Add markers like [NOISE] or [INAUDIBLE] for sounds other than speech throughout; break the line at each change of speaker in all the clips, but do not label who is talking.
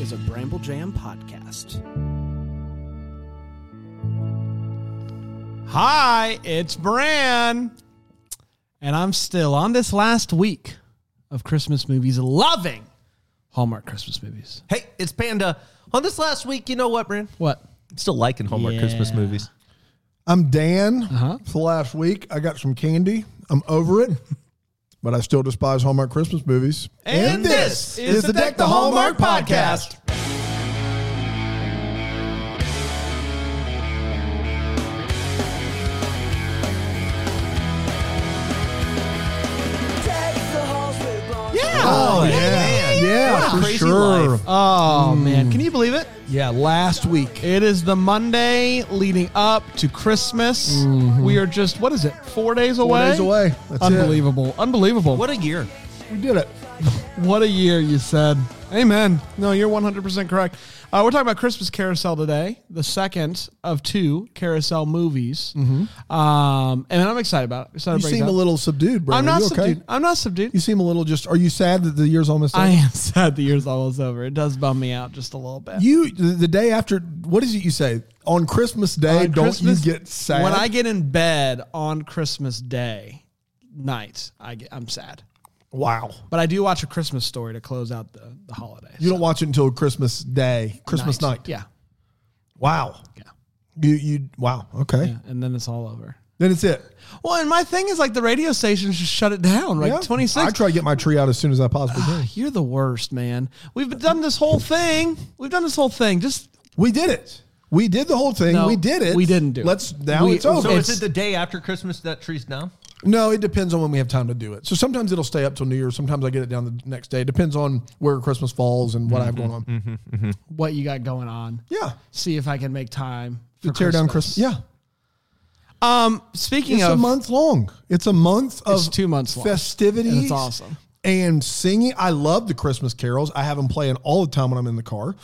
is a Bramble Jam podcast.
Hi, it's Bran. And I'm still on this last week of Christmas movies, loving Hallmark Christmas movies.
Hey, it's Panda. On this last week, you know what, Bran?
What?
I'm still liking Hallmark
Yeah.
Christmas movies.
I'm Dan.
Uh-huh.
It's the last week. I got some candy. I'm over it, [LAUGHS] but I still despise Hallmark Christmas movies.
Yeah.
Oh, yeah. Yeah, for sure.
Oh, man. Can you believe it?
Yeah, last week.
It is the Monday leading up to Christmas. We are just, what is it, four days away?
Mm-hmm. Four days away. That's it.
Unbelievable. Unbelievable.
What a year.
We did it.
What a year you said. Amen. No, you're 100% correct. Uh, we're talking about Christmas Carousel today, the second of two carousel movies. Um, and I'm excited about it. Excited
Mm-hmm. You
to break it
seem
down.
a little subdued, bro.
I'm
Are
not
you okay?
subdued. I'm not subdued.
You seem a little just. Are you sad that the year's almost?
I
over?
am sad the year's almost over. It does bum me out just a little bit.
You the the day after. What is it you say on Christmas Day?
On
don't
Christmas-
you get sad?
When I get in bed on Christmas Day night, I get, I'm sad.
wow.
But I do watch A Christmas Story to close out the, the holidays.
You don't watch it until Christmas Day, Christmas night.
Yeah.
Wow.
Yeah.
You you wow. Okay.
Yeah. And then it's all over.
Then it's it.
Well, and my thing is like the radio stations just shut it down. Like
Yeah.
26.
I try to get my tree out as soon as I possibly
[SIGHS]
can.
You're the worst, man. We've done this whole thing. We've done this whole thing. Just
We did it. We did the whole thing.
No,
we did it.
we didn't do it.
Let's now
We-
it's over.
So
So
it's-
is it the day after Christmas that tree's down?
no, it depends on when we have time to do it. So sometimes it'll stay up till New Year's. Sometimes I get it down the next day. It depends on where Christmas falls and what I have going on.
Mm-hmm. what you got going on.
Yeah.
See if I can make time for
To tear down Christmas. Yeah.
Um. Speaking
It's
of
a month long. It's a month of
It's two months long.
festivities.
And it's awesome.
And singing. I love the Christmas carols. I have them playing all the time when I'm in the car.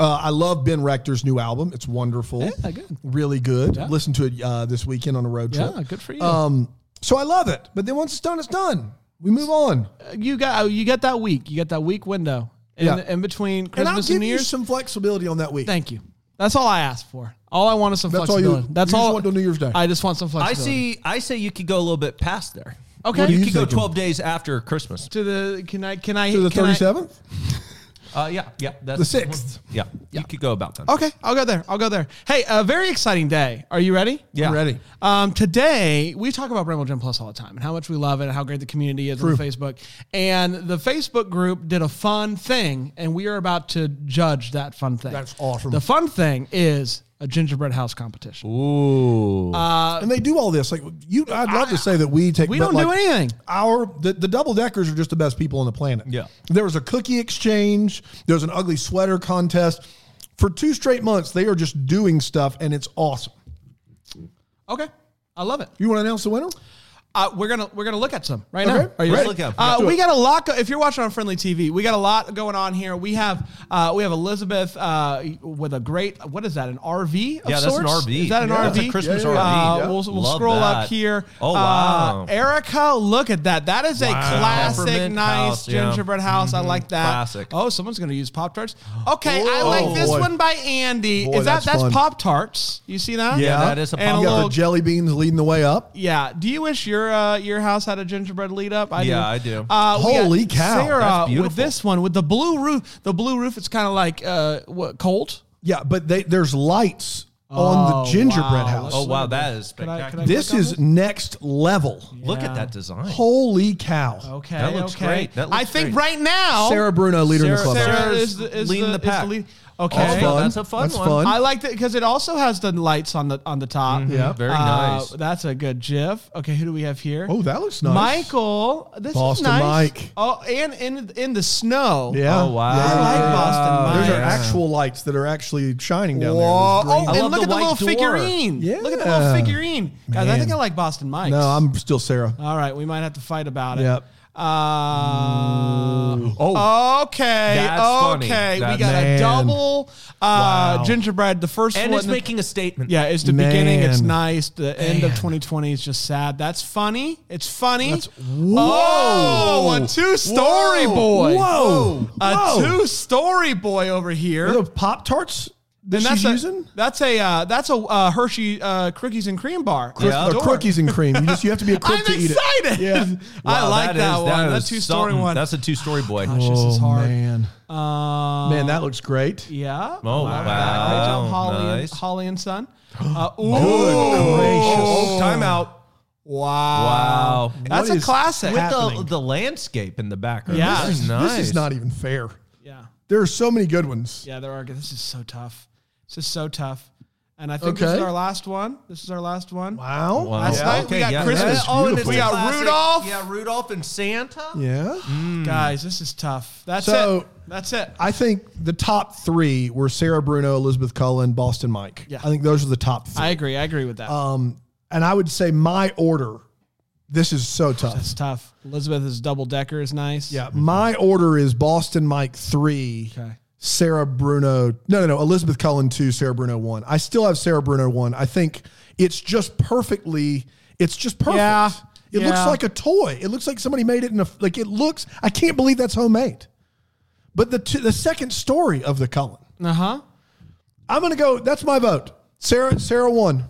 Uh, I love Ben Rector's new album. It's wonderful.
Yeah, good.
Really good. Listen to it uh, this weekend on a road trip.
yeah, good for you.
Um, so I love it. But then once it's done, it's done. We move on.
you got uh, you got that week. You got that week window in,
Yeah.
in between
And I'll
Christmas and,
give
New
you
Year's.
some flexibility on that week.
Thank you. That's all I asked for. All I want is some
That's all you-
flexibility. That's
you just
all.
want till New Year's Day.
I just want some
I
flexibility.
see. I say you could go a little bit past there.
Okay. What do
you,
you
could go
thinking?
12 days after Christmas.
To the can I can I
To the
can I-
37th?
Uh, yeah, yeah. That's
The 6th.
Yeah, you could go about that.
Okay, I'll go there. I'll go there. Hey, a very exciting day. Are you ready?
Yeah.
I'm ready.
Um, today we talk about Bramble Gym Plus all the time and how much we love it and how great the community is on Facebook. And the Facebook group did a fun thing, and we are about to judge that fun thing.
That's awesome.
The fun thing is a gingerbread house competition.
Ooh.
and they do all this. Like you, I'd love to say that we take.
uh, We
but,
don't do
like,
anything.
Our the, the double deckers are just the best people on the planet.
Yeah.
There was a cookie exchange. There was an ugly sweater contest. For two straight months, they are just doing stuff, and it's awesome.
Okay, I love it.
You want to announce the winner?
Uh, we're gonna we're gonna look at some right
Okay.
now. Are you
Let's
ready?
look at 'em.
Uh,
Let's do
we
it.
got a lot. Go- if you're watching on Friendly TV, we got a lot going on here. We have uh, we have Elizabeth uh, with a great what is that? An RV? Of
Yeah, that's an
sorts?
RV.
Is that an
Yeah.
RV?
That's a Christmas
Yeah, yeah, yeah.
Uh,
RV, yeah.
We'll, we'll
Love
scroll up
that.
here.
Oh,
Uh,
wow.
Erica, look at that. That is a classic,
Peppermint
nice
house, yeah. Mm-hmm.
gingerbread house. I like that.
Classic.
Oh, someone's gonna use Pop Tarts. Okay, I
Oh,
like this
boy.
one by Andy.
Boy,
is that
that's
that's,
fun.
Pop Tarts? You see that?
Yeah, that is a
And
Pop Tart.
You got
little
the jelly beans leading the way up.
yeah. Do you wish your uh, your house had a gingerbread lead up? I
Yeah, I do.
Uh, we got
Holy cow,
Sarah,
that's beautiful.
with this one with the blue roof, the blue roof, it's kind of like uh, what cold.
Yeah, but they, there's lights on
Oh,
the gingerbread
wow.
house.
oh, wow. That is
Can I-
spectacular.
can I-
this
click on
is
this?
next level.
Look
Yeah.
at that design.
Holy cow.
Okay,
That looks
okay.
great. That
I
looks
think
great.
right now
Sarah Bruno, leader in the
Sarah,
club.
Sarah
Sarah's
is, the, is
leading
the,
the pack.
Is the lead.
That's
Okay,
fun. That's a fun
That's
one.
fun.
I like that because it also has the lights on the on the top.
Yeah.
Very
Uh,
nice.
That's a good GIF. Okay, who do we have here?
Oh, that looks nice.
Michael. This
Boston
is nice.
Mike.
Oh, and in in the snow.
Yeah.
Oh, wow.
I like Boston Mike.
Those are
Yeah.
actual lights that are actually shining down
Whoa. Oh,
there. There's green-
I
and
love
look
the
at the little
white door.
figurine.
Yeah.
Look at the little figurine. Guys, I
Man.
think I like Boston Mike's.
no, I'm still Sarah.
All right, we might have to fight about it.
Yep.
Uh,
Oh.
okay.
Oh. Uh,
That's funny.
okay.
That-
we got a
Man.
double. Uh, Gingerbread, the first
and
one.
it's making a statement.
yeah, it's the beginning. It's
Man.
nice. The end of 2020 is just sad. That's funny. It's funny.
That's-
Whoa! a two-story
Whoa.
boy.
Whoa.
a
Whoa.
two-story boy over here.
Are the Pop Tarts that
and that's
she's
a,
using?
That's a uh, that's a uh, Hershey uh, cookies and cream bar.
Crisp-
Yeah.
uh,
Door.
cookies and cream. You just you have to [LAUGHS] be a crook
I'm
to eat it.
excited.
[LAUGHS] Yeah.
[LAUGHS] I
Wow,
like that,
is-
one. That
is
two story
something.
one.
That's a two story boy.
Gosh, this is hard.
Oh, Man,
Uh,
man, that looks great.
yeah.
Oh, wow.
Great job, Holly,
Nice.
and, Holly and
[GASPS]
Son. Uh, ooh.
Oh, timeout.
Wow.
Wow.
That's
What
a
is
classic.
With the,
happening?
the landscape in the background.
Yeah.
This is nice.
This is not even fair.
yeah.
There are so many good ones.
Yeah, there are. This is so tough. This is so tough. And I think this
Okay.
is our last one. This is our last one.
Wow.
Wow.
Last
Yeah.
night we got Christmas.
That's
Oh, and it's
beautiful.
we got
classic.
Rudolph.
Yeah, Rudolph and Santa.
Yeah.
Hmm. Guys, this is tough. That's
So-
it. That's it.
I think the top three were Sarah Bruno, Elizabeth Cullen, Boston Mike.
Yeah.
I think those are the top three.
I agree. I agree with that.
Uh, and I would say my order. This is so tough.
That's tough. Elizabeth's double decker is nice.
Yeah. My order is Boston Mike three.
Okay.
Sarah Bruno. No, no, no. Elizabeth Cullen two. Sarah Bruno one. I still have Sarah Bruno one. I think it's just perfectly. It's just perfect.
Yeah.
It looks
Yeah.
like a toy. It looks like somebody made it in a like. It looks. I can't believe that's homemade. But the two, the second story of the Cullen.
Uh huh.
I'm gonna go. That's my vote. Sarah Sarah one,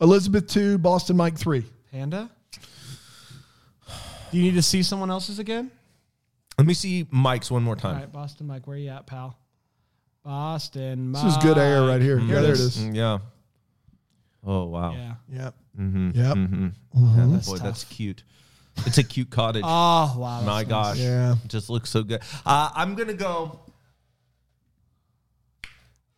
Elizabeth two, Boston Mike three.
Panda. Do you need to see someone else's again?
Let me see Mike's one more time.
All right, Boston Mike, where you at, pal? Boston Mike. Mm-hmm.
This is good air right here. Yeah, there it is.
Mm, Yeah. Oh wow.
Yeah.
Yep. Mm-hmm. Yep.
Yeah, boy,
tough.
that's cute. It's a
[LAUGHS]
cute cottage.
Oh wow.
My
that's-
gosh.
Yeah.
It just looks so good. Uh, I'm gonna go.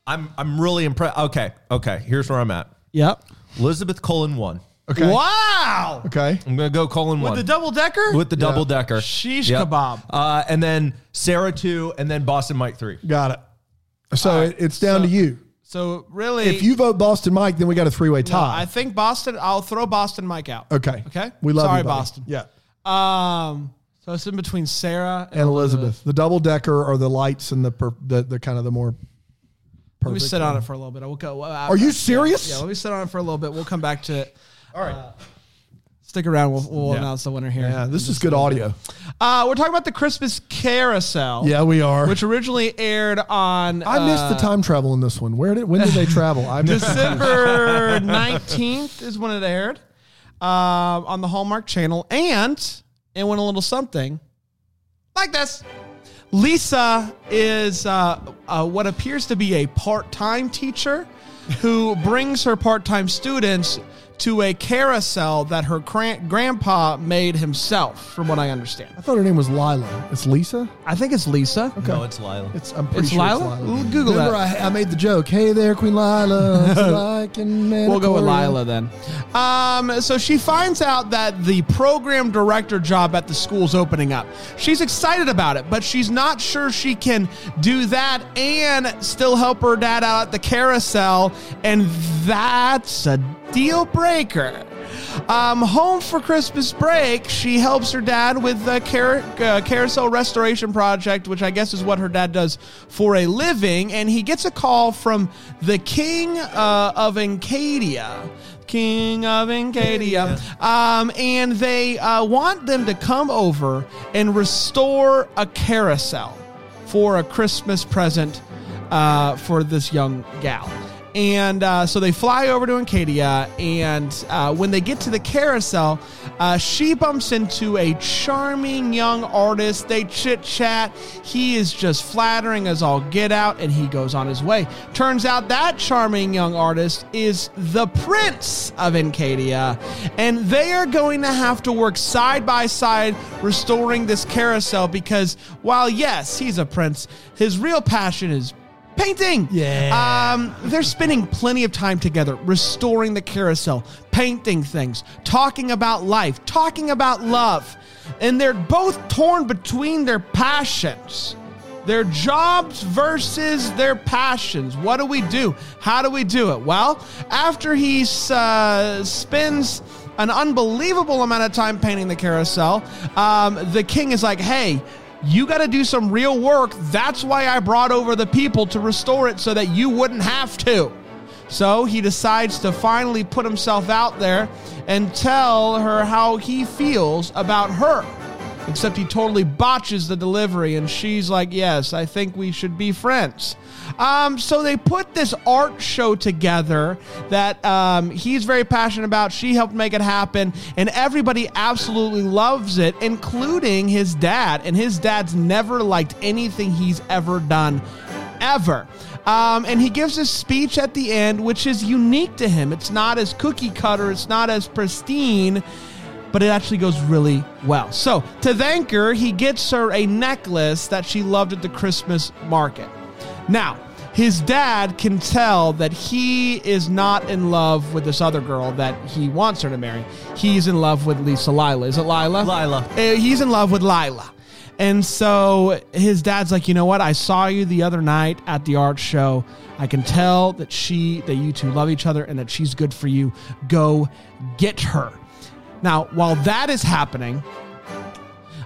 I'm I'm really impressed. Okay, okay. Here's where I'm at.
Yep.
Elizabeth Cullen one.
Okay.
Wow.
Okay.
I'm gonna go Cullen one
The double decker.
with the double decker.
Sheesh kebab.
Uh, and then Sarah two, and then Boston Mike three.
Got it. So it, it's down to you.
so really,
If you vote Boston Mike, then we got a three way
I
tie.
think Boston. I'll throw Boston Mike out.
okay.
Okay.
We love
Sorry,
you, buddy.
Boston.
Yeah.
Um. So it's in between Sarah and,
And Elizabeth, the double decker are the lights and the per, the, the kind of the more.
Let me
Perfect.
sit on it for a little bit. I will go. uh,
Are you serious?
Yeah, let me sit on it for a little bit. We'll come back to it. All right. stick around. We'll, we'll announce the winner here.
Yeah, this is good audio.
Uh, we're talking about the Christmas Carousel.
Yeah, we are.
Which originally aired on
I missed the
uh,
time travel in this one. Where did when did they travel?
[LAUGHS]
I missed.
December 19th is when it aired um, on the Hallmark Channel. And it went a little something like this. Lisa is uh, uh, what appears to be a part time teacher who brings her part time students to a carousel that her gran- grandpa made himself, from what I understand.
I thought her name was Lila. It's Lisa.
I think it's Lisa.
No, it's Lila.
It's I'm pretty
It's
sure
Lila?
it's
We'll
Lila.
Google
Remember I, I made the joke. Hey there, Queen Lila.
[LAUGHS]
it's like in
We'll go with
Manicoria."
Lila then. Um, so she finds out that the program director job at the school's opening up. She's excited about it, but she's not sure she can do that and still help her dad out at the carousel. And that's a deal breaker. Um, home for Christmas break, she helps her dad with the car- uh, carousel restoration project, which I guess is what her dad does for a living. And he gets a call from the king uh, of Encadia. King of Encadia. Um, and they uh, want them to come over and restore a carousel for a Christmas present uh, for this young gal. And uh, so they fly over to Encadia, and uh, when they get to the carousel, uh, she bumps into a charming young artist. They chit chat. He is just flattering as all get out, and he goes on his way. Turns out that charming young artist is the prince of Encadia, and they are going to have to work side by side restoring this carousel because while, yes, he's a prince, his real passion is painting. Yeah. Um, they're spending plenty of time together, restoring the carousel, painting things, talking about life, talking about love. And they're both torn between their passions. Their jobs versus their passions. What do we do? How do we do it? Well, after he uh, spends an unbelievable amount of time painting the carousel, um, the king is like, hey, You got to do some real work. That's why I brought over the people to restore it so that you wouldn't have to. So he decides to finally put himself out there and tell her how he feels about her. Except he totally botches the delivery, and she's like, Yes, I think we should be friends. Um, so they put this art show together that um, he's very passionate about. She helped make it happen, and everybody absolutely loves it, including his dad. And his dad's never liked anything he's ever done ever. Um, and he gives a speech at the end, which is unique to him. It's not as cookie cutter, it's not as pristine, but it actually goes really well. So, to thank her, he gets her a necklace that she loved at the Christmas market. Now, his dad can tell that he is not in love with this other girl that he wants her to marry. He's in love with Lisa Lila. Is it Lila?
Lila.
Uh, He's in love with Lila. And so his dad's like, you know what? I saw you the other night at the art show. I can tell that she, that you two love each other and that she's good for you. Go get her. Now, while that is happening,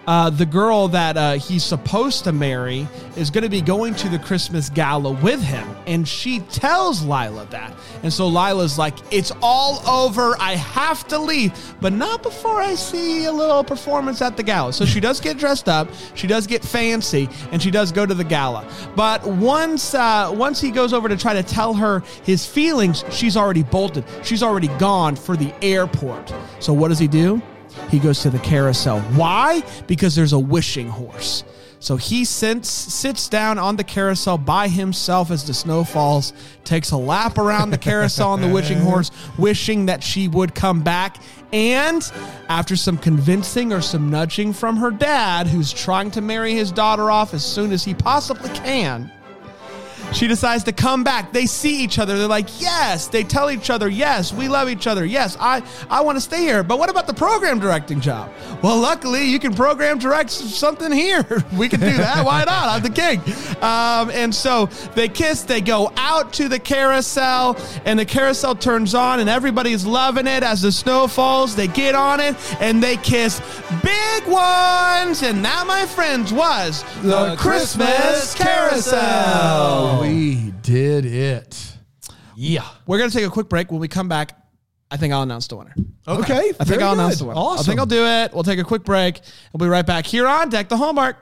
uh, the girl that uh, he's supposed to marry is going to be going to the Christmas gala with him. And she tells Lila that. And so Lila's like, it's all over. I have to leave, but not before I see a little performance at the gala. So she does get dressed up, she does get fancy, and she does go to the gala. But once, uh, once he goes over to try to tell her his feelings, she's already bolted. She's already gone for the airport. So what does he do? He goes to the carousel. Why? Because there's a wishing horse. So he sits, sits down on the carousel by himself as the snow falls, takes a lap around the carousel on the wishing horse, wishing that she would come back. And after some convincing or some nudging from her dad, who's trying to marry his daughter off as soon as he possibly can, she decides to come back. They see each other. They're like, yes. They tell each other, yes, we love each other. Yes, I, I want to stay here. But what about the program directing job? Well, luckily, you can program direct s- something here. [LAUGHS] We can do that. Why not? I'm the king. Um, and so they kiss. They go out to the carousel, and the carousel turns on, and everybody's loving it as the snow falls. They get on it, and they kiss big ones. And that, my friends, was the, Christmas, carousel.
We did it.
Yeah.
We're gonna take a quick break. When we come back, I think I'll announce the winner.
Okay.
I think
very
I'll
good.
announce the winner.
Awesome.
I think I'll do it. We'll take a quick break. We'll be right back here on Deck the Hallmark.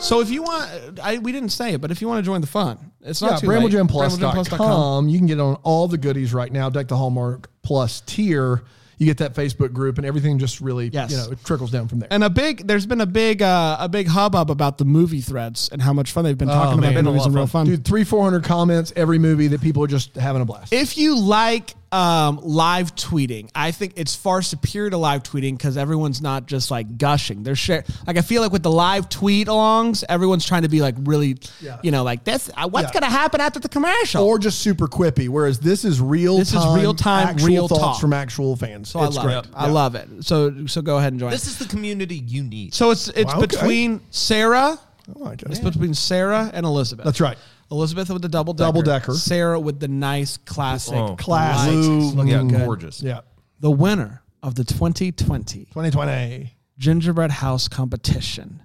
So if you want, I, we didn't say it, but if you want to join the fun, it's not
yeah,
too late. BrambleJamPlus.com.
BrambleJamPlus.com. You can get on all the goodies right now. Deck the Hallmark Plus tier. You get that Facebook group and everything. Just really,
Yes.
you know, it trickles down from there.
And a big, there's been a big, uh, a big hubbub about the movie threads and how much fun they've been talking
man,
about.
been a
The Oh, movies
lot
and
of
real
fun.
fun.
Dude, three four hundred comments every movie that people are just having a blast.
If you like um, live tweeting, I think it's far superior to live tweeting because everyone's not just like gushing. They're share like I feel like with the live tweet alongs, everyone's trying to be like really,
Yeah.
you know, like this. Uh, what's
Yeah.
gonna happen after the commercial?
or just super quippy, whereas this is real.
This is
time,
real-time,
actual
real
thoughts
talk.
from actual fans.
so Oh, I love it. I love it. So so go ahead and join.
This is the community you need.
so it's it's
Wow, okay.
between Sarah.
Oh, my God.
It's between Sarah and Elizabeth.
That's right.
Elizabeth with the double decker,
Double decker.
Sarah with the nice classic
Oh,
Classic.
light.
Blue,
Looking
yeah,
good.
gorgeous.
Yeah,
The winner of the 2020
twenty twenty.
gingerbread house competition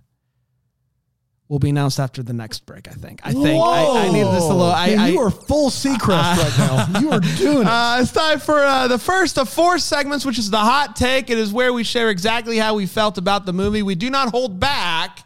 will be announced after the next break. I think. I think. I, I need this a little. I,
Man,
I,
you are full Seacrest right now. You are doing it.
uh, it's time for uh, the first of four segments, which is the hot take. It is where we share exactly how we felt about the movie. We do not hold back,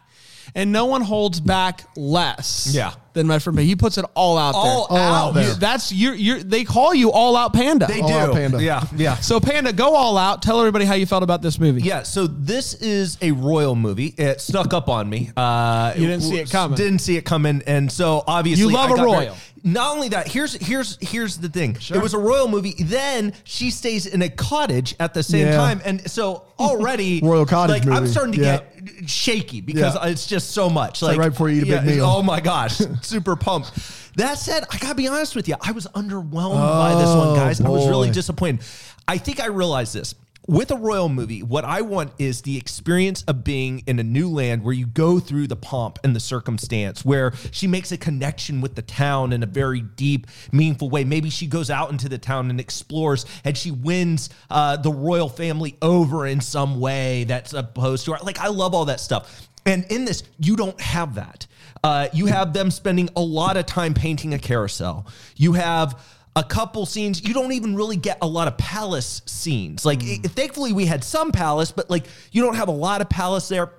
and no one holds back less.
Yeah.
than my friend. But he puts it all out
All,
there.
out.
there.
You- that's your. Your. They call you all out panda.
They
All
do.
out panda.
Yeah, yeah.
so panda, go all out. Tell everybody how you felt about this movie.
Yeah, so this is a royal movie. It snuck up on me. Uh,
You didn't see it coming.
Didn't see it coming, and so obviously
You love
I
a
got
royal.
very- not only that, here's here's here's the thing. It was a royal movie. Then she stays in a cottage at the same
Yeah.
time, and so already
[LAUGHS] Royal cottage
Like I'm
movie.
starting to
Yeah.
get shaky because
Yeah.
it's just so much.
like
like,
right before you eat a big meal.
Oh my
[LAUGHS]
gosh, super pumped. That said, I gotta be honest
Oh,
with you. I was underwhelmed by this one, guys. I was really
boy.
disappointed. I think I realized this.
with a royal movie, what I want is the experience of being in a new land where you go through the pomp and the circumstance, where she makes a connection with the town in a very deep, meaningful way. Maybe she goes out into the town and explores, and she wins uh, the royal family over in some way that's opposed to her. Like, I love all that stuff. And in this, you don't have that. Uh, you have them spending a lot of time painting a carousel. You have a couple scenes. You don't even really get a lot of palace scenes. Like, it- thankfully, we had some palace, but like, you don't have a lot of palace there.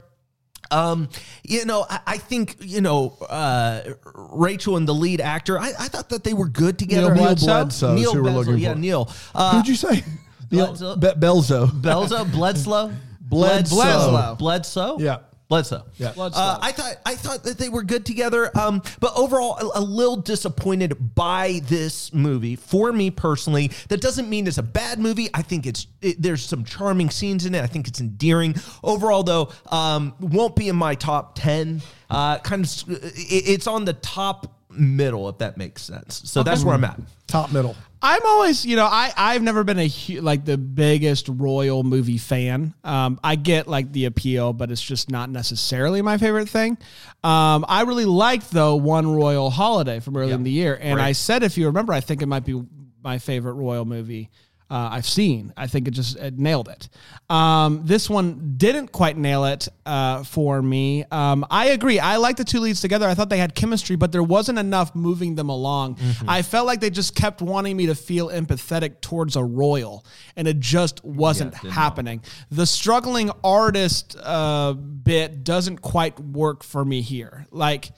Um, you know, I, I think you know uh, Rachel and the lead actor. I, I thought that they were good together.
Neil Bledsoe? Bledsoe is
Neil
who we're
Bledsoe,
looking
yeah,
for.
Neil.
[LAUGHS]
Uh,
Who'd you say?
Bledsoe.
Be- Belzo.
Belzo, Bledsoe,
Bledsoe.
Bledsoe, Bledsoe,
[LAUGHS] Yeah.
Bledsoe.
Yeah.
Bledsoe.
Uh, I thought I thought that they were good together, um, but overall, a, a little disappointed by this movie for me personally. That doesn't mean it's a bad movie. I think it's it, there's some charming scenes in it. I think it's endearing. Overall, though, um, won't be in my top ten. Uh, kind of, s- it, it's on the top middle if that makes sense. So that's where I'm at.
Top middle.
I'm always, you know, I I've never been a hu- like the biggest royal movie fan. Um, I get like the appeal, but it's just not necessarily my favorite thing. Um, I really liked though one royal holiday from early in the year, and I said if you remember, I think it might be my favorite royal movie. Uh, I've seen. I think it just it nailed it. Um, this one didn't quite nail it uh, for me. Um, I agree. I like the two leads together. I thought they had chemistry, but there wasn't enough moving them along. I felt like they just kept wanting me to feel empathetic towards a royal, and it just wasn't happening. The struggling artist uh, bit doesn't quite work for me here. Like,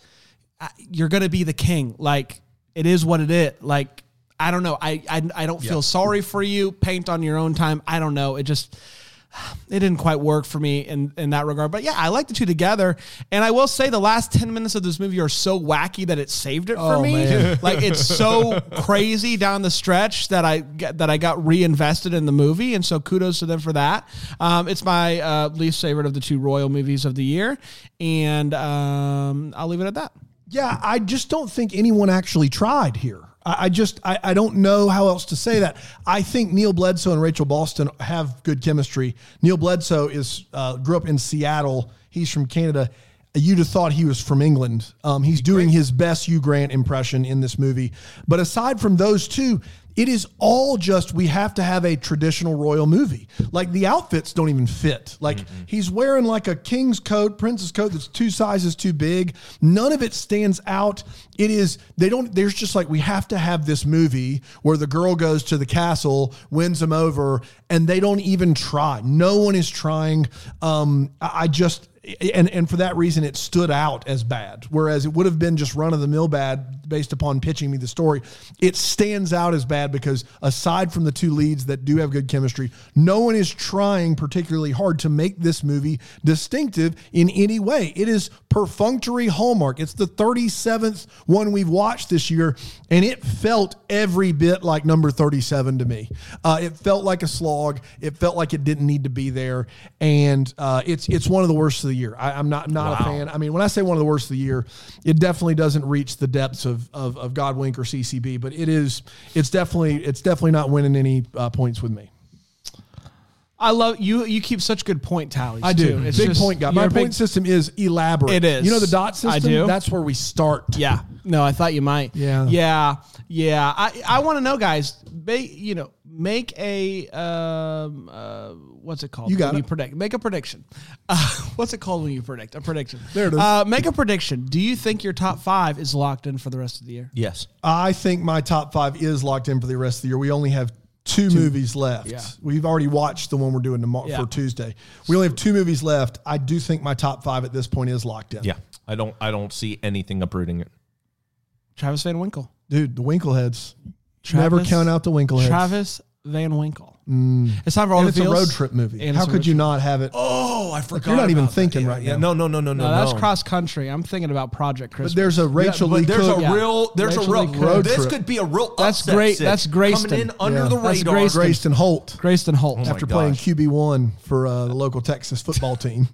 I- you're gonna be the king. Like it is what it is. Like I don't know. I I, I don't feel sorry for you. Paint on your own time. I don't know. It just it didn't quite work for me in, in that regard. But yeah, I like the two together. And I will say the last 10 minutes of this movie are so wacky that it saved it for
Oh,
me.
man.
Like it's so
[LAUGHS]
crazy down the stretch that I get, that I got reinvested in the movie. And so kudos to them for that. Um, it's my uh, least favorite of the two royal movies of the year. And um, I'll leave it at that.
Yeah, I just don't think anyone actually tried here. I, I just I, I don't know how else to say that. I think Neil Bledsoe and Rachel Boston have good chemistry. Neil Bledsoe is uh, grew up in Seattle. He's from Canada. You'd have thought he was from England. Um, he's doing his best Hugh Grant impression in this movie. But aside from those two, it is all just we have to have a traditional royal movie. Like the outfits don't even fit. Like he's wearing like a king's coat, prince's coat that's two sizes too big. None of it stands out. It is they don't there's just like we have to have this movie where the girl goes to the castle, wins him over, and they don't even try. No one is trying. Um I, I just and and for that reason it stood out as bad whereas it would have been just run of the mill bad based upon pitching me the story it stands out as bad because aside from the two leads that do have good chemistry no one is trying particularly hard to make this movie distinctive in any way it is perfunctory hallmark it's the 37th one we've watched this year and it felt every bit like number 37 to me uh, it felt like a slog it felt like it didn't need to be there and uh, it's it's one of the worst of the year. I, I'm not not a fan. I mean, when I say one of the worst of the year, it definitely doesn't reach the depths of of, of Godwink or CCB, but it is it's definitely it's definitely not winning any uh, points with me.
I love you. You keep such good point tallies.
I do
too.
big
just-
point guy.
you're
My
a
point
big-
system is elaborate.
It is.
You know the dot system.
I do.
That's where we start.
Yeah. No, I thought you might.
Yeah.
Yeah. Yeah. I, I want to know, guys. Ba you know, make a um, uh, what's it called?
You got
when
it.
You predict. Make a prediction. Uh, [LAUGHS] what's it called when you predict? A prediction.
There it is.
Uh, make a prediction. Do you think your top five is locked in for the rest of the year?
Yes.
I think my top five is locked in for the rest of the year. We only have two, movies left.
Yeah.
We've already watched the one we're doing tomorrow
Yeah.
for Tuesday. We only have two movies left. I do think my top five at this point is locked in.
Yeah. I don't. I don't see anything uprooting it.
Travis Van Winkle.
Dude, the Winkleheads. Never
Travis-
count out the Winkleheads.
Travis Van Winkle. It's time for all
and
the
it's a
feels.
road trip movie.
And
How
it's a
could
road
you
trip.
not have it?
Oh, I forgot.
You're not even
about that.
thinking
Yeah,
right
yeah.
now.
No, no, no, no, no.
No, that's
no.
cross country. I'm thinking about Project Christmas.
There's a Rachel
But
Lee
there's
Cook.
a
Yeah.
real, there's
Rachel
a
Lee
real.
Cook.
Road
this
trip.
could be a real.
That's
upset
great-
sick
that's Grayston.
Coming in under
Yeah.
the
That's
radar.
Grayston.
Grayson Holt
Grayson Holt.
after
my
playing
gosh.
QB1 for uh, the local Texas football team.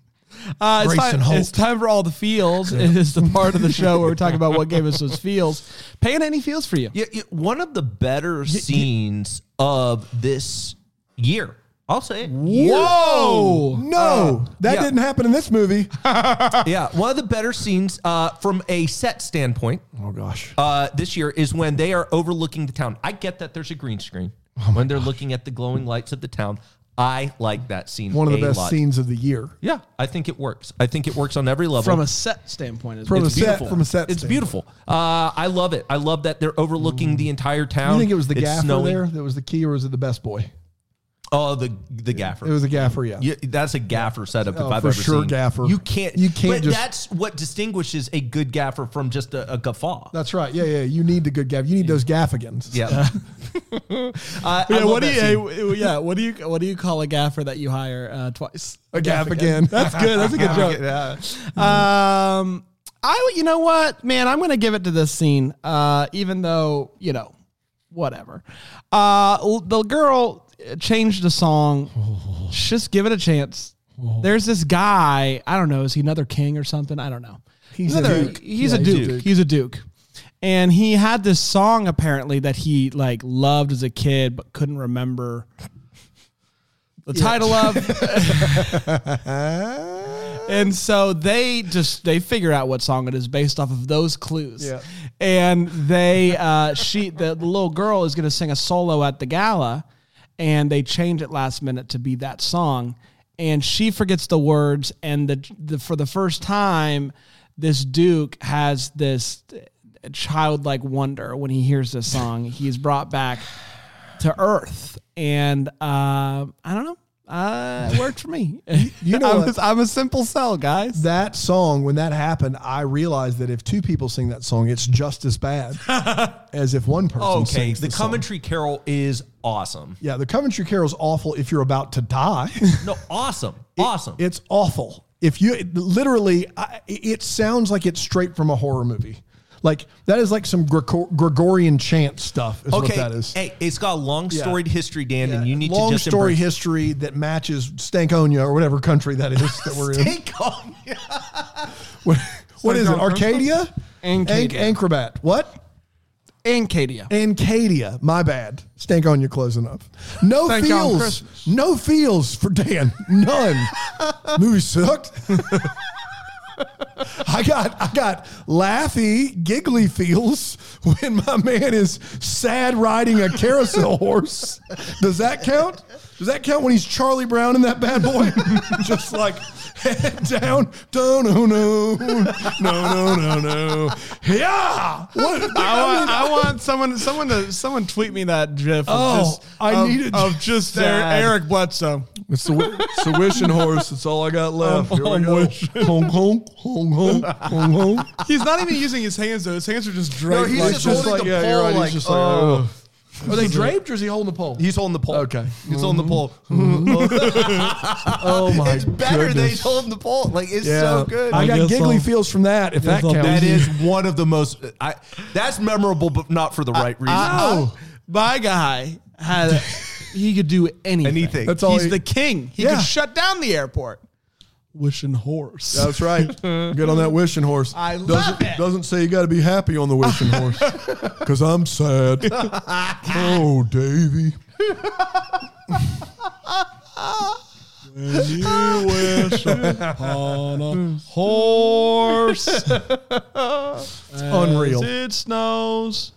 Uh, it's,
Grayson
time,
Holt.
it's time for all the feels. It is the part of the show where we're talking about what gave us those feels. Paying any feels for you?
Yeah, yeah, one of the better scenes of this year
I'll say it.
Whoa!
No, that
yeah.
didn't happen in this movie.
Yeah, one of the better scenes uh, from a set standpoint
oh gosh.
uh, this year is when they are overlooking the town. I get that there's a green screen
Oh
when they're looking at the glowing lights of the town. I like that scene.
One of the
a
best
lot.
scenes of the year.
Yeah, I think it works. I think it works on every level.
From a set standpoint, as
From
well.
a set-
beautiful.
from a set-
it's
standpoint.
beautiful. Uh, I love it. I love that they're overlooking the entire town.
Mm. You think it was the
It's
gaffer
snowing.
there that was the key, or was it the best boy?
Oh, the the gaffer.
It was a gaffer, yeah.
Yeah, that's a gaffer setup if
Oh,
I've
for
ever
sure
seen.
gaffer.
You can't.
You can't
But
just-
that's what distinguishes a good gaffer from just a, a
[LAUGHS]
guffaw.
That's right. Yeah, yeah. You need the good gaff. You need those gaffigans.
yeah. I- I
yeah,
love
what do
that
you?
scene.
eh, yeah, what do you? What do you call a gaffer that you hire uh, twice?
A gaffigan.
That's good. That's a good joke. Um, I would- you know what, man, I'm gonna give it to this scene. Uh, even though you know, whatever. Uh, l- the girl changed the song. Just give it a chance. There's this guy. I don't know. Is he another king or something? I don't know.
He's a
Another-
duke.
He's
Yeah,
a
he's a
duke.
duke.
He's a duke. And he had this song apparently that he like loved as a kid but couldn't remember the title of. and so they just they figure out what song it is based off of those clues
Yeah.
and they uh she the, the little girl is going to sing a solo at the gala and they change it last minute to be that song and she forgets the words and the, the for the first time this duke has this uh, childlike wonder when he hears this song he's brought back to earth and um i don't know uh, it worked for me.
You know
[LAUGHS] I'm,
what?
A, I'm a simple cell, guys.
That song, when that happened, I realized that if two people sing that song, it's just
[LAUGHS]
as bad as if one person
Okay,
sings
the
the song.
Coventry Carol is awesome.
Yeah, the Coventry Carol's awful if you're about to die. [LAUGHS]
No, awesome, awesome.
It's awful. If you literally, I, it sounds like it's straight from a horror movie. Like that is like some Gregor- Gregorian chant stuff. Is
okay,
what that is.
hey, it's got a long [LAUGHS]
Yeah.
storied history, Dan, and you need
long
to just
story
embrace-
history that matches Stankonia or whatever country that is that
[LAUGHS]
we're in.
Take on-
[LAUGHS] What- what is it?
Stankonia?
Arcadia?
Ancadia.
An- Ancrabat. What?
and Cadia.
Ancadia. My bad. Stankonia close enough. No
Stankonia
feels.
Christmas.
No feels for Dan. None. Movie sucked. I got I got laughy, giggly feels when my man is sad riding a carousel horse. Does that count? Does that count when he's Charlie Brown in that bad boy? [LAUGHS] Just like head down, no, no, no, no, no, no, no. Yeah,
I
what? I
want,
mean,
I want someone, someone to, someone tweet me that gif. Of
Oh,
just,
I
of,
needed
of just
that.
Eric, Eric Bledsoe.
It's the, wi- it's the wishing horse. It's all I got left. Here we
Um, I'm
go. [LAUGHS] Honk, honk, honk, honk, honk, honk.
He's not even [LAUGHS] using his hands though. His hands are just
No,
draped.
he's
like
just
this.
holding the
you're
pole
He's
like,
just like,
oh.
oh. Are they draped or is he holding the pole?
He's holding the pole.
Okay. Mm-hmm.
he's holding the pole. [LAUGHS]
oh my
it's better that he's
goodness.
holding the pole. Like it's
Yeah.
so good.
I, got
guess
giggly
I'll-
feels from that. If that
I'll
counts,
that [LAUGHS] is one of the most. I that's memorable, but not for the right reason.
I- my guy had, he could do anything.
Anything.
That's all
he's
he-
the king. He
Yeah.
could shut down the airport. Wishing horse.
That's
[LAUGHS]
right. Get on that wishing horse.
I love
doesn't,
it.
Doesn't say you got to be happy on the [LAUGHS] wishing horse because I'm sad. [LAUGHS] oh, [LAUGHS] Davy. when you wish upon a
horse.
[LAUGHS] unreal.
As it snows.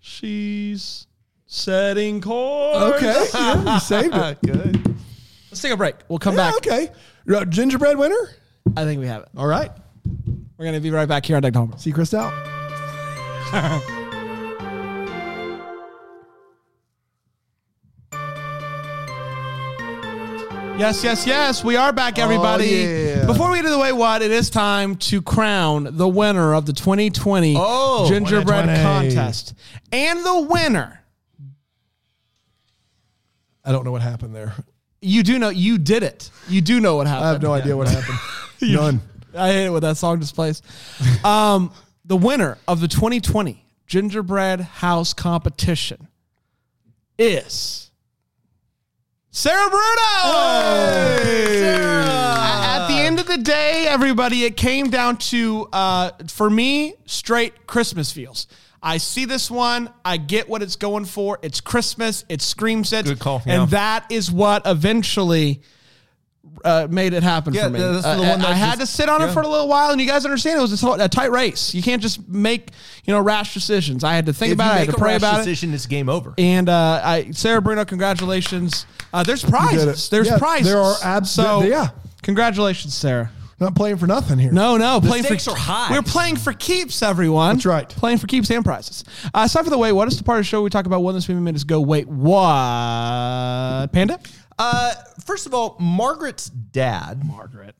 She's setting course.
Okay, yeah, you saved [LAUGHS] it.
good.
Let's take a break. We'll come
Yeah,
back.
okay. You're a Gingerbread winner?
I think we have it.
All right.
We're going to be right back here on Deck Homers.
See Chris out.
Yes, yes, yes. We are back, everybody.
yeah.
Before we get into the way what, it is time to crown the winner of the 2020
Oh,
Gingerbread
2020.
Contest. And the winner,
I don't know what happened there.
you do know, you did it. You do know what happened.
I have no idea what
[LAUGHS]
happened. None.
I hate it when that song just plays. [LAUGHS] Um, the winner of the 2020 Gingerbread House competition is Sarah Bruno. Sarah. At the end of the day, everybody, it came down to uh, for me straight Christmas feels. I see this one. I get what it's going for. It's Christmas. It screams it.
Good call, yeah.
And that is what eventually uh, made it happen
Yeah,
for me.
yeah, that's the
Uh,
one that
I had
just-
to sit on
yeah.
it for a little while, and you guys understand it was a, a tight race. You can't just make you know rash decisions. I had to think
If
about it. I
you
had
make
to
a
pray
rash
about it.
decision, it's game over.
And uh, I, Sarah Bruno, congratulations. Uh, there's prizes. There's
Yeah,
prizes.
there are abs-
So,
there- yeah.
Congratulations, Sarah.
Not playing for nothing here.
No, no, playing
stakes
for
are high.
We're playing for keeps, everyone.
That's right.
Playing for keeps and prizes. Uh, aside from the wait, what is the part of the show we talk about? One this we minutes go. Wait, what? Panda.
Uh, first of all, Margaret's dad. Margaret.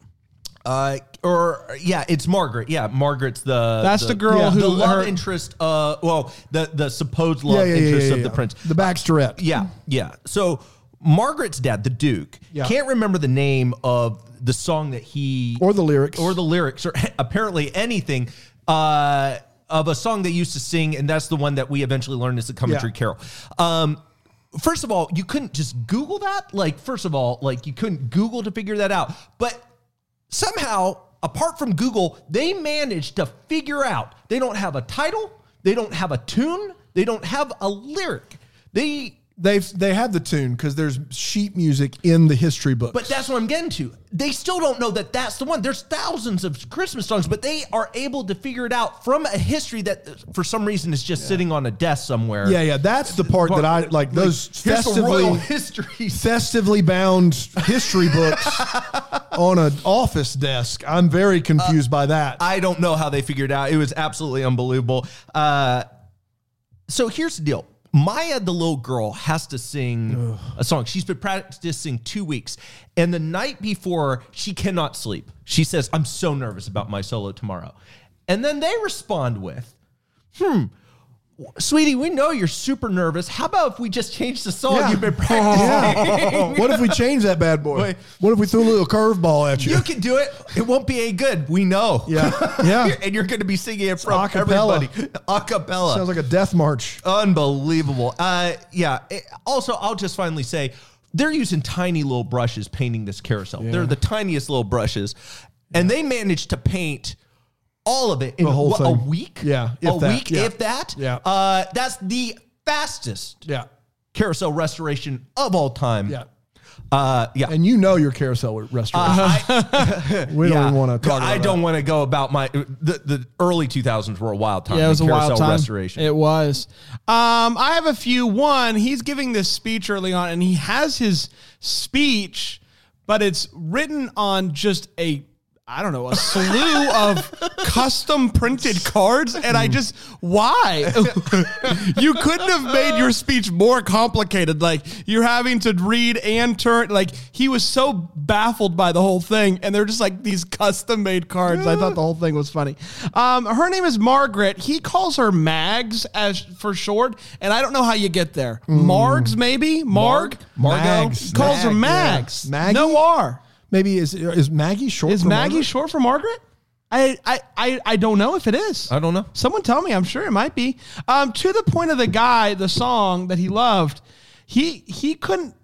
Uh, or yeah, it's Margaret. Yeah, Margaret's the
That's the girl
yeah,
who
the love
her-
interest. Uh, well, the the supposed
Yeah,
love
yeah, yeah,
interest
yeah,
of
yeah.
the prince.
The Baxterette.
Yeah, yeah. So Margaret's dad, the Duke,
Yeah.
can't remember the name of the song that he
Or the lyrics.
or the lyrics or [LAUGHS] apparently anything uh, of a song they used to sing, and that's the one that we eventually learned is the Coventry
Yeah.
Carol. Um, first of all, you couldn't just Google that. Like, first of all, like you couldn't Google to figure that out, but somehow, apart from Google, they managed to figure out they don't have a title, they don't have a tune, they don't have a lyric. They
They've they have the tune because there's sheet music in the history books.
But that's what I'm getting to. They still don't know that that's the one. There's thousands of Christmas songs, but they are able to figure it out from a history that, for some reason, is just sitting on a desk somewhere.
yeah, yeah, that's the part that I like. Those
Here's the royal
[LAUGHS] festively
history.
festively bound history
[LAUGHS]
books on an office desk. I'm very confused by that.
I don't know how they figured it out. It was absolutely unbelievable. Uh, so here's the deal. Maya, the little girl, has to sing a song. She's been practicing two weeks. And the night before, she cannot sleep. She says, I'm so nervous about my solo tomorrow. And then they respond with, hmm, sweetie, we know you're super nervous. How about if we just change the song
Yeah. Oh,
you've been practicing? [LAUGHS]
Yeah. [LAUGHS] what if we change that bad boy?
Wait.
What if we threw a little curveball at you?
You can do it. It won't be any good. We know. [LAUGHS]
Yeah. Yeah.
You're- and you're going to be singing it from
acapella.
everybody. Acapella.
Sounds like a death march.
Unbelievable. Uh, yeah. It- also, I'll just finally say they're using tiny little brushes painting this carousel. They're the tiniest little brushes, and they managed to paint all of it in
The whole
what, a
thing.
week.
Yeah,
a
if that,
week,
yeah.
if that.
Yeah.
Uh, that's the fastest
Yeah.
carousel restoration of all time.
Yeah.
Uh, yeah.
And you know your carousel restaurant.
Uh,
[LAUGHS] we don't
Yeah.
even want to talk about
I
that.
don't want to go about my uh, the, the early 2000s were a wild time.
Yeah, it
in
was a
carousel
wild time.
restoration.
It was. Um, I have a few. One, he's giving this speech early on, and he has his speech, but it's written on just a. I don't know, a
[LAUGHS]
slew of custom printed cards. And
Hmm.
I just, why? [LAUGHS] you couldn't have made
[LAUGHS]
your speech more complicated. Like, you're having to read and turn. Like, he was so baffled by the whole thing. And they're just like these custom made cards. I thought the whole thing was funny. Um, her name is Margaret. He calls her Mags as for short. And I don't know how you get there. Margs, maybe? Marg?
Marg?
Margo?
Mags.
Calls her
Mag, yeah.
Mags.
Maggie?
No R.
Maybe is is Maggie short?
Is
for
Maggie
Margaret?
short for Margaret? I, I, I, I don't know if it is.
I don't know.
Someone tell me. I'm sure it might be. Um, to the point of the guy, the song that he loved, he he couldn't.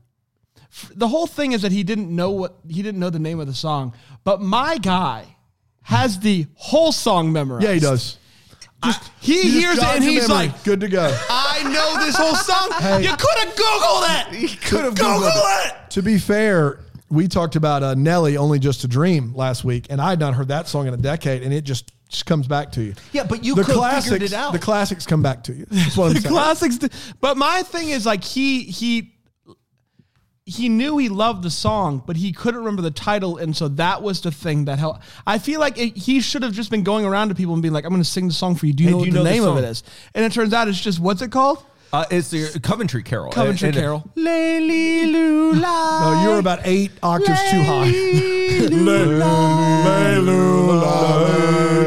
f- The whole thing is that he didn't know what he didn't know the name of the song. But my guy has the whole song memorized.
Yeah, he does.
He
You just
hears it
jogged
and
your
he's
memory.
like,
"Good to go."
"I know this whole song. You could have googled it. You could have googled it."
To be fair, we talked about uh, Nelly, "Only Just a Dream" last week, and I had not heard that song in a decade, and it just just comes back to you.
Yeah, but you
the
could've figured
classics,
it
[LAUGHS]
out.
the classics come back to you. That's what I'm
the
saying.
classics. d- But my thing is like he he he knew he loved the song, but he couldn't remember the title, and so that was the thing that helped. I feel like it, he should have just been going around to people and being like, "I'm going to sing the song for you. Do you
Hey,
know
do
what
you
the
know the
name of
song?"
it is?" And it turns out it's just what's it called?
Uh, it's the Coventry Carol.
Coventry
And- and-
Carol.
Lely Lula.
No, Oh, you're about eight octaves too high.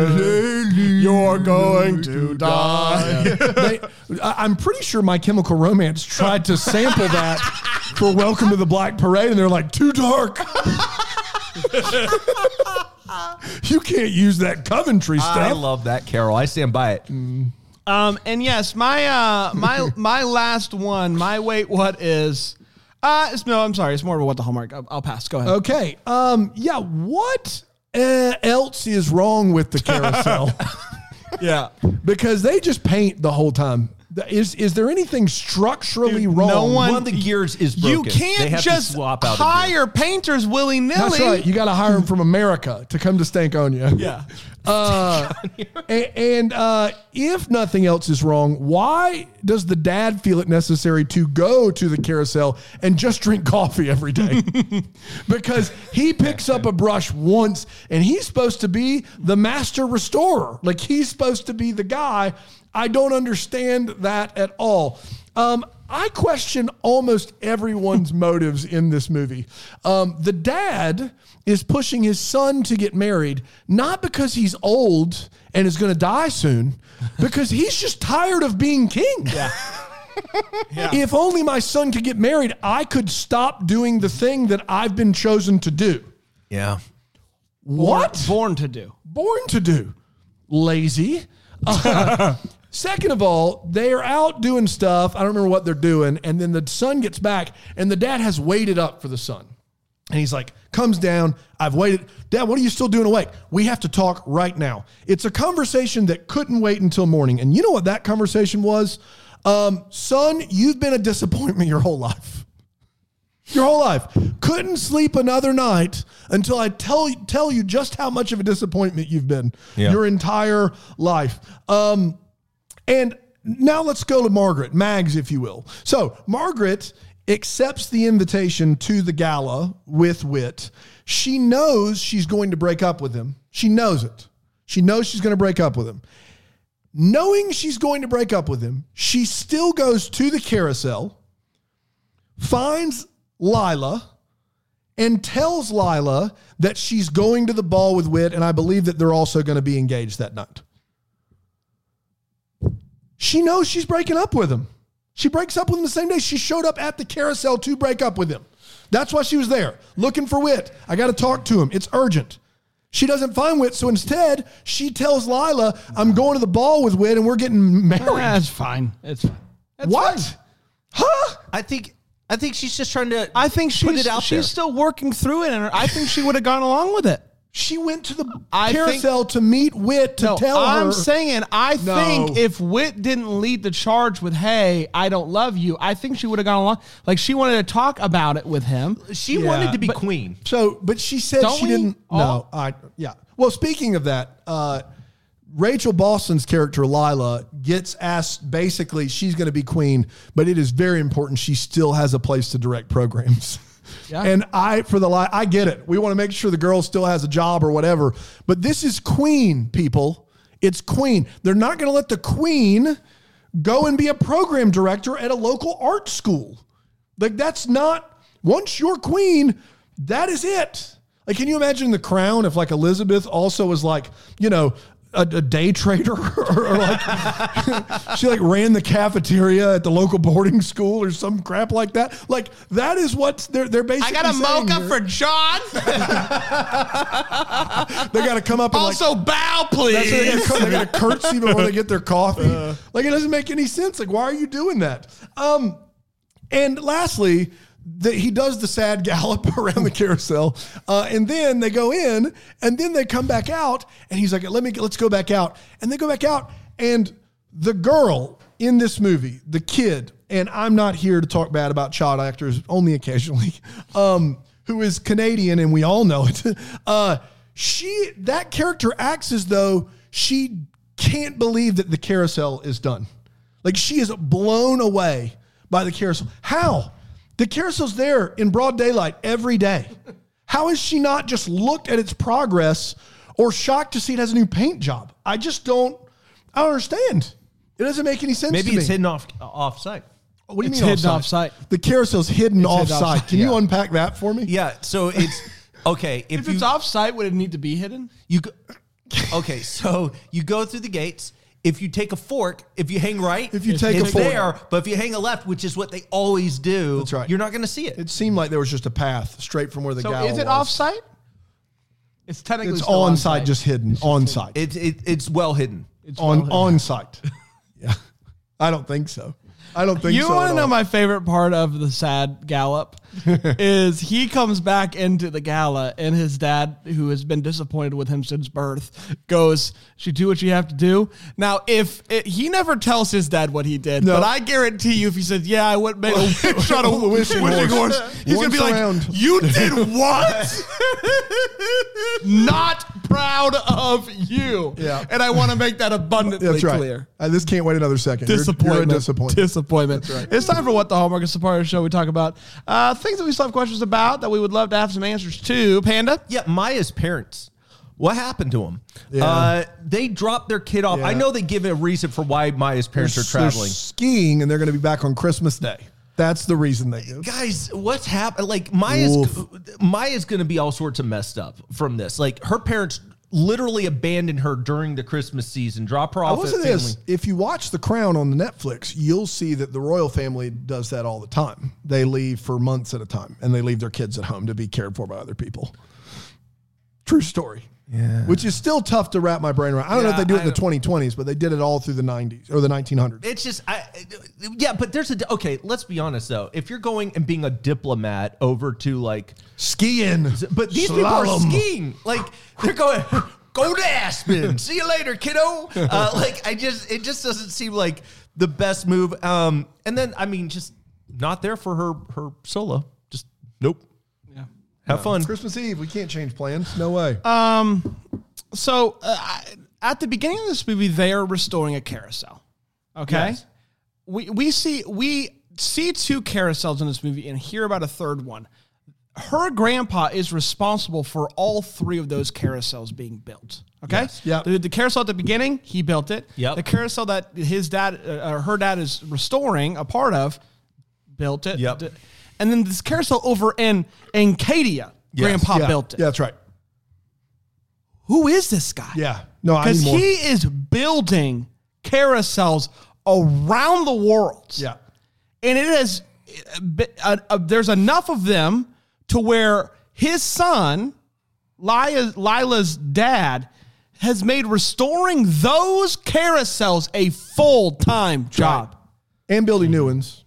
You're [LAUGHS] going to die.
They- I- I'm pretty sure My Chemical Romance tried to sample that for "Welcome to the Black Parade," and they're like, "Too dark." [LAUGHS] you can't use that Coventry stuff.
I love that Carol. I stand by it.
Um, and yes, my uh, my my last one, my wait, what is? Uh, it's, no, I'm sorry, it's more of a what the hallmark. I'll, I'll pass. Go ahead.
Okay. Um. Yeah. eh, What uh, else is wrong with the carousel?
Yeah.
because they just paint the whole time. Th- Is is there anything structurally
Dude,
wrong?
no
One of the gears is
You
broken. They
can't
have to
just
swap out a gear.
hire painters willy nilly.
That's right. You got to hire them from America to come to Stankonia.
Yeah.
[LAUGHS] Uh, a- and uh, if nothing else is wrong, why does the dad feel it necessary to go to the carousel and just drink coffee every day? [LAUGHS] because he picks up a brush once and he's supposed to be the master restorer. Like he's supposed to be the guy. I don't understand that at all. Um, I question almost everyone's motives in this movie. Um, the dad is pushing his son to get married, not because he's old and is going to die soon, because he's just tired of being king. [LAUGHS] If only my son could get married, I could stop doing the thing that I've been chosen to do.
Yeah.
What?
Born to do.
born to do. Lazy. [LAUGHS] Uh, second of all, they are out doing stuff. I don't remember what they're doing. And then the son gets back, and the dad has waited up for the son. And he's like, comes down. I've waited. Dad, what are you still doing awake? We have to talk right now. It's a conversation that couldn't wait until morning. And you know what that conversation was? Um, son, you've been a disappointment your whole life your whole life. Couldn't sleep another night until I tell tell you just how much of a disappointment you've been
Yeah.
your entire life. Um, and now let's go to Margaret, Mags, if you will. So Margaret accepts the invitation to the gala with Wit. She knows she's going to break up with him. She knows it. She knows she's going to break up with him. Knowing she's going to break up with him, she still goes to the carousel finds Lila and tells Lila that she's going to the ball with Wit, and I believe that they're also going to be engaged that night. She knows she's breaking up with him. She breaks up with him the same day she showed up at the carousel to break up with him. That's why she was there, looking for Wit. I got to talk to him. It's urgent. She doesn't find Wit, so instead she tells Lila, I'm going to the ball with Wit and we're
[LAUGHS]
getting married.
That's fine. It's fine. That's
what?
fine.
Huh?
I think I think she's just trying to
I think
put
she's
it out
she's
there.
still working through it, and I think she would have gone along with it.
She went to the
I think-
carousel to meet Wit to
No,
tell
I'm
her.
saying I
No.
think if Wit didn't lead the charge with "Hey, I don't love you," I think she would have gone along. Like she wanted to talk about it with him.
she
Yeah,
wanted to be
but-
queen.
so, but she said
Don't
she
we
didn't.
all-
no, I yeah. Well, speaking of that, uh, Rachel Boston's character Lila gets asked basically she's going to be queen, but it is very important she still has a place to direct programs.
[LAUGHS] Yeah.
And I for the li- I get it. We want to make sure the girl still has a job or whatever. But this is queen people. It's queen. They're not going to let the queen go and be a program director at a local art school. Like that's not once you're queen, that is it. Like, can you imagine the crown if like Elizabeth also was like, you know, a, a day trader [LAUGHS] or, or like she like ran the cafeteria at the local boarding school or some crap like that. Like that is what they're they're
I
basically.
got a
saying
mocha
here.
for
[LAUGHS]
John.
They got to come up and like,
also, bow,
That's what [LAUGHS] they
please.
got to they
[LAUGHS]
got to curtsy before they get their coffee. like it doesn't make any sense. Like why are you doing that? Um, and lastly, the, he does the sad gallop [LAUGHS] around the carousel, uh, and then they go in, and then they come back out, and he's like, "Let me let's go back out," and they go back out, and the girl in this movie, the kid, and I'm not here to talk bad about child actors only occasionally, [LAUGHS] um, who is Canadian, and we all know it. [LAUGHS] Uh, she that character acts as though she can't believe that the carousel is done. Like she is blown away by the carousel. How? The carousel's there in broad daylight every day. How has she not just looked at its progress or shocked to see it has a new paint job? I just don't. I don't understand. It doesn't make any sense.
Maybe
to
it's
me.
hidden off off site.
What do you
It's
mean
hidden
offsite?
offsite.
The carousel's hidden
hidden
offsite.
offsite,
Can you
yeah.
unpack that for me?
Yeah, so it's okay. If,
If
[LAUGHS]
you,
it's offsite, would it need to be hidden?
you go, okay, so you go through the gates. If you take a fork, if you hang right,
If you take a
it's
fork.
there. But if you hang a left, which is what they always do,
That's right.
You're not going to see it.
It seemed like there was just a path straight from where the
So
gala
is it
was.
offsite? It's technically
It's
still
on
onsite.
site, just hidden on site.
It's it, it's well hidden.
It's
on [LAUGHS]
well-
on site. yeah, I don't think so. I don't think
you
so
want
at
to know
all.
my favorite part of the sad
[LAUGHS]
gallop is he comes back into the gala and his dad, who has been disappointed with him since birth, goes, "She do what you have to do." Now, if it, he never tells his dad what he did,
No.
but I guarantee you, if he said, "Yeah, I went
[LAUGHS]
made a wish on a wishing, wishing horse,", he's gonna
Once
be like,
around.
"You did what?" Not proud of you.
Yeah.
And I want to make that abundantly
That's right.
clear.
I just can't wait another second. You're-
Disappointment.
You're, a disappointment.
Disappointment. It's time for what the Hallmark and Supporters Show. We talk about uh, things that we still have questions about that we would love to have some answers to. Panda.
Yeah, Maya's parents. What happened to them?
Yeah.
Uh, they dropped their kid off. I
Yeah.
know they give a reason for why Maya's parents are
They're
traveling.
skiing and they're going to be back on Christmas Day. That's the reason they give.
Guys, what's happened? Like Maya's
Woof.
Maya's going to be all sorts of messed up from this. Like her parents literally abandoned her during the Christmas season, drop her
I
off.
will
at
say this:
family.
if you watch The Crown on Netflix, you'll see that the royal family does that all the time. They leave for months at a time, and they leave their kids at home to be cared for by other people. True story. Yeah. Which is still tough to wrap my brain around. I don't know if
Yeah,
they do it
I
in the 2020s, but they did it all through the 90s or the 1900s.
It's just, I, yeah, but there's a okay. Let's be honest though. If you're going and being a diplomat over to like
Skiing,
But these people are
Slalom.
skiing. Like they're going. Go to Aspen. See you later, kiddo. Uh, [LAUGHS] like I just, it just doesn't seem like the best move. Um, and then I mean, just not there for her her solo. Just nope.
Yeah.
Have fun.
Christmas Eve. We can't change plans. No way.
So uh, I- at the beginning of this movie, they are restoring a carousel. Okay.
Yes.
We we see we see two carousels in this movie and hear about a third one. Her grandpa is responsible for all three of those carousels being built. Okay.
Yep.
The, the carousel at the beginning, he built it.
Yep.
The carousel that his dad uh, or her dad is restoring a part of, built it.
Yep.
D- And then this carousel over in Encadia, grandpa
yeah.
built it.
Yeah, that's right.
Who is this guy?
Yeah. No, I
because
need more.
he is building carousels around the world.
yeah.
and it is uh, uh, there's enough of them to where his son, Lila's, Lila's dad, has made restoring those carousels a full time job.
And building new ones.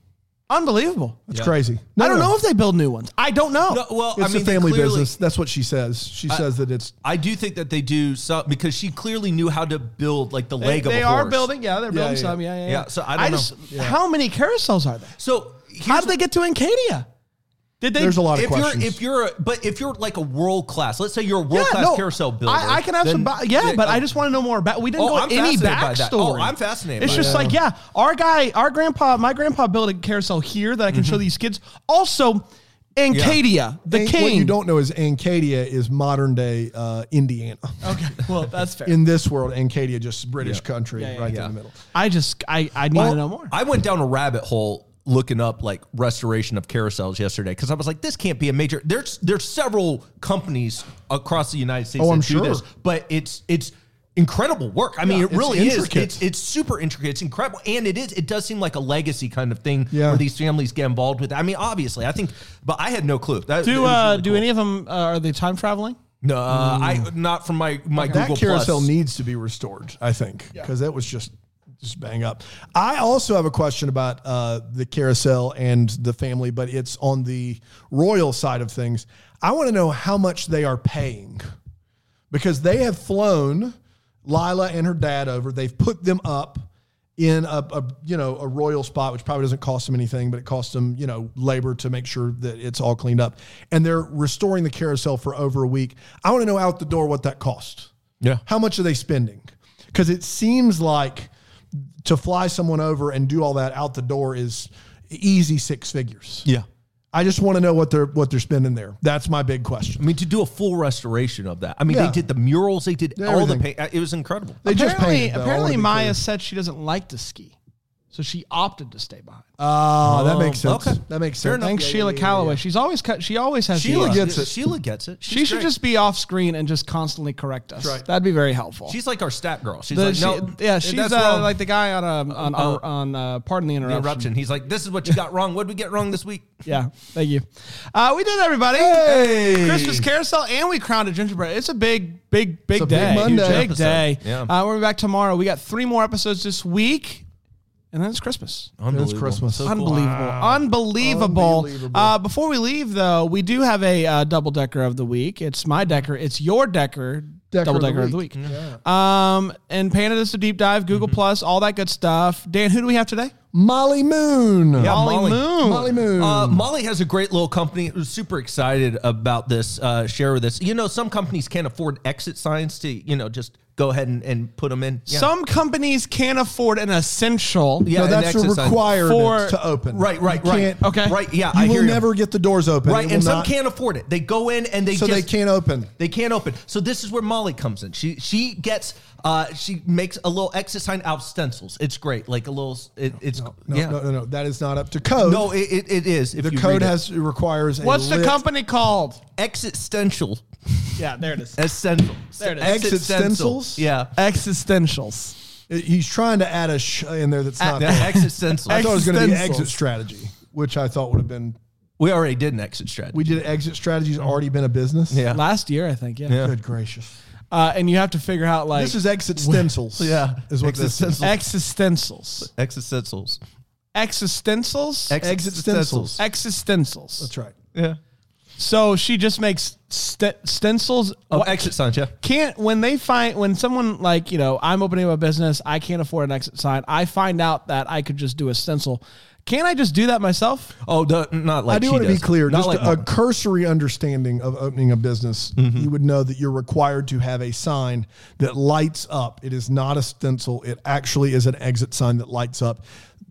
Unbelievable.
It's crazy. No,
I don't
no, no.
know if they build new ones. I don't know.
No, well,
It's
I mean,
a
they
family
clearly-
business. That's what she says. She says that it's
I do think that they do some because she clearly knew how to build like the
they
leg of a
they are
horse.
building. Yeah, they're building
yeah.
some. Yeah, yeah, yeah.
Yeah, so I don't know.
How many carousels are there?
So here's
How did they get to Encadia? Did they?
There's a lot of
if you're
questions.
if you're a, but if you're like a world class, let's say you're a world class carousel builder.
I, I can have
then-
some, ba- yeah, but I just want to know more about. We didn't
Oh,
go
I'm
any
fascinated by that. Oh,
backstory.
I'm fascinated
It's
by
just
that.
like, yeah, our guy, our grandpa, my grandpa built a carousel here that I can show these kids. Also, Ancadia, the
An-
king.
What you don't know is Ancadia is modern day uh, Indiana.
Okay, well that's fair.
In this world, Ancadia just British country,
Yeah, yeah,
right
yeah.
there in the middle.
I just, I, I need
Well,
to know more.
I went down a rabbit hole looking up like restoration of carousels yesterday because I was like, this can't be a major. There's there's several companies across the United States
Oh,
that
I'm
do this,
sure.
but it's it's incredible work. I mean,
Yeah,
it
it's
really is.
intricate.
It's it's super intricate. It's incredible, and it is. It does seem like a legacy kind of thing
Yeah.
where these families get involved with. it. I mean, obviously, I think, but I had no clue. That, it
do
was
uh,
really
do
cool.
any of them uh, are they time traveling?
No, uh, I not from my my
That
Google
carousel
Plus.
needs to be restored, I think, because that was just just bang up. I also have a question about uh, the carousel and the family, but it's on the royal side of things. I want to know how much they are paying because they have flown Lila and her dad over. They've put them up in a, a you know a royal spot, which probably doesn't cost them anything, but it costs them you know labor to make sure that it's all cleaned up. And they're restoring the carousel for over a week. I want to know out the door what that cost.
Yeah.
how much are they spending? Because it seems like to fly someone over and do all that out the door is easy six figures.
Yeah,
I just want to know what they're what they're spending there. That's my big question.
I mean, to do a full restoration of that. I mean,
Yeah.
they did the murals. They did all the
Everything.
paint. It was incredible.
They just
apparently,
painted, though. I wanna
apparently
be
Maya
clear.
said she doesn't like to ski, so she opted to stay behind.
Oh, that makes
Um,
sense.
okay.
That makes
Fair
sense.
enough.
Uh, Thanks,
yeah,
Sheila
yeah, yeah,
Calloway. She's always cut. She always has.
Sheila
the-
gets
gets
it.
it.
Sheila gets it. She's
She should
great.
just be off screen and just constantly correct us.
That's right.
That'd be very helpful.
She's like our stat girl. She's
The-
like,
she-
no,
yeah, she's
that's
uh,
wrong.
like the guy on um, on
Oh.
on uh, pardon the
the
interruption.
eruption. He's like, this is what you got wrong. What did we get wrong this week?
Yeah, thank you. Uh, we did it, everybody.
Hey!
Christmas carousel, and we crowned a gingerbread. It's a big, big, big
a big
day.
Monday.
big
Huge episode.
day.
Yeah.
Uh, we'll be back tomorrow. We got three more episodes this week, and and then it's Christmas.
It's Christmas.
Unbelievable. Unbelievable.
Unbelievable.
Uh, before we leave, though, we do have a uh, double decker of the week. It's my decker. It's your decker.
Decker
double
of the
decker of the week. Um, and Panda does a deep dive,
Mm-hmm.
Google Plus, all that good stuff. Dan, who do we have today?
Molly Moon.
Yeah,
Molly Moon.
Molly Moon.
Uh, Molly has a great little company. Who's super excited about this. Uh, share with us. You know, some companies can't afford exit signs to you know just go ahead and, and put them in. Yeah.
Some companies can't afford an essential.
Yeah.
no,
an
that's a
exit sign.
For-
requirement to open.
Right, right,
You
right.
can't-
Okay.
right. Yeah,
You
I
will
hear
never get the doors open. It
Right,
will
and some
not-
can't afford it. They go in and they
So
just,
they can't open.
They can't open. So this is where Molly comes in. She she gets uh she makes a little exit sign out of stencils. It's great. Like a little it, it's
No,
yeah.
no,
no,
no, no. That is not up to code.
it, it, it is. If
the
you
code
read it.
has requires a
What's the
lit-
company called?
existential
[LAUGHS] Yeah, there it is.
essential.
There it is.
Exit
Exit
stencil.
stencils?
Yeah.
Existentials.
He's trying to add a sh in there that's not.
The
there.
exit stencil.
[LAUGHS] I thought it was going to be
Existentials.
exit strategy, which I thought would have been.
we already did an exit strategy.
We did exit strategies already been a business.
Yeah.
Last year, I think. Yeah.
Good gracious.
Uh, and you have to figure out like
This is exit
[LAUGHS]
stencils.
Yeah.
Is what
Exit
this is.
stencils.
existentials.
Exit stencils.
Existentials.
Exit stencils.
existentials.
That's right.
Yeah.
So she just makes st- stencils.
Oh,
What-
exit signs, yeah.
Can't when they find when someone like you know I'm opening a business, I can't afford an exit sign. I find out that I could just do a stencil. Can't I just do that myself?
Oh, the, not like
I do
she
want to be
does.
clear.
Not
Just
like Mm-hmm.
a cursory understanding of opening a business, you would know that you're required to have a sign that lights up. It is not a stencil. It actually is an exit sign that lights up.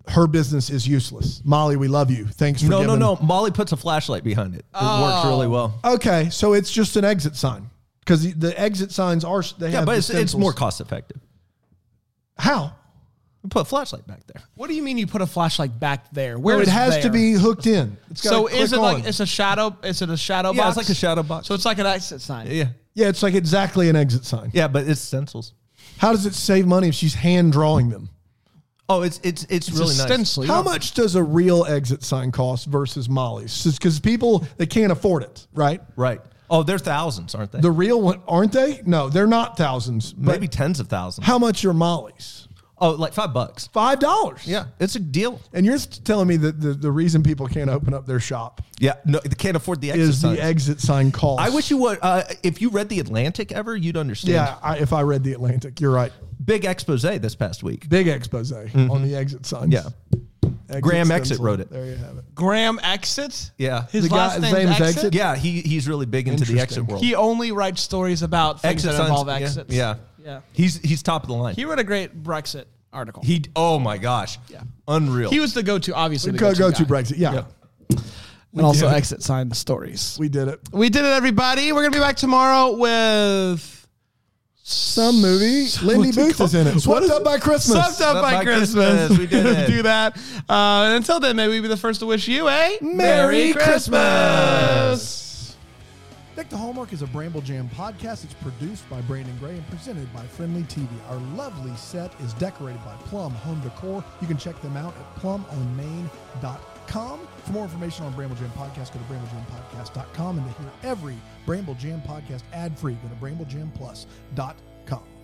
Her business is useless. Molly, we love you. Thanks for
No, no,
giving-
no. Molly puts a flashlight behind it. It works really well.
Okay, so it's just an exit sign because the, the exit signs are they
Yeah,
have
but
the
it's, it's
stencils.
more cost effective.
how
Put a flashlight back there.
What do you mean you put a flashlight back there? Where
where it
is
has to
there?
be hooked in. It's gotta
So is
click
it
on.
like it's a shadow? Is it a shadow
Yeah,
box?
it's like a shadow box.
So it's like an exit sign.
Yeah,
yeah, it's like exactly an exit sign.
yeah, but it's stencils.
How does it save money if she's hand drawing them?
Oh, it's it's it's,
It's
really
a
nice.
stencil. You
How
don't-
much does a real exit sign cost versus Molly's? Because people they can't afford it, right?
Right. Oh, they're thousands, aren't they?
The real one, aren't they? No, they're not thousands. But
Maybe tens of thousands.
how much are Molly's?
Oh, like five bucks.
Five dollars.
Yeah, it's a deal.
And you're telling me that the, the reason people can't open up their shop
Yeah, no, they can't afford the
is
exercise.
the exit sign cost.
I wish you would. Uh, if you read the Atlantic ever, you'd understand.
Yeah, I, if I read the Atlantic, you're right.
Big expose this past week.
Big expose on the exit signs.
Yeah.
Exit
Graham Exit
stencil.
wrote it.
There you have it.
Graham Exit.
Yeah.
His
The guy-
last
his
name's
name is
Exit.
Exit?
Yeah, he he's really big into the exit
Interesting.
world.
He only writes stories about things
exit
that involve
signs, yeah,
exits.
Yeah,
Yeah.
He's he's top of the line.
He
He,
wrote a great Brexit article. He,
oh my gosh.
Yeah.
Unreal.
was the go-to, obviously. The
Go
go-to
go
guy.
to Brexit. Yeah.
And also
did it.
exit sign stories.
We did it.
We did it, everybody. We're gonna be back tomorrow with
Some movie. Lindy
What's it
Booth is in it. Swept up by Christmas.
Stuffed Up by,
by
Christmas. [LAUGHS]
Christmas. We did it.
do that. Uh, and until then, may we be the first to wish you a
Merry
Christmas.
Deck the Hallmark is a Bramble Jam podcast. It's produced by Brandon Gray and presented by Friendly TV. Our lovely set is decorated by Plum Home Decor. You can check them out at plumonmain.com. For more information on Bramble Jam Podcast, go to bramblejampodcast.com. And to hear every Bramble Jam podcast ad free, go to bramblejampplus.com.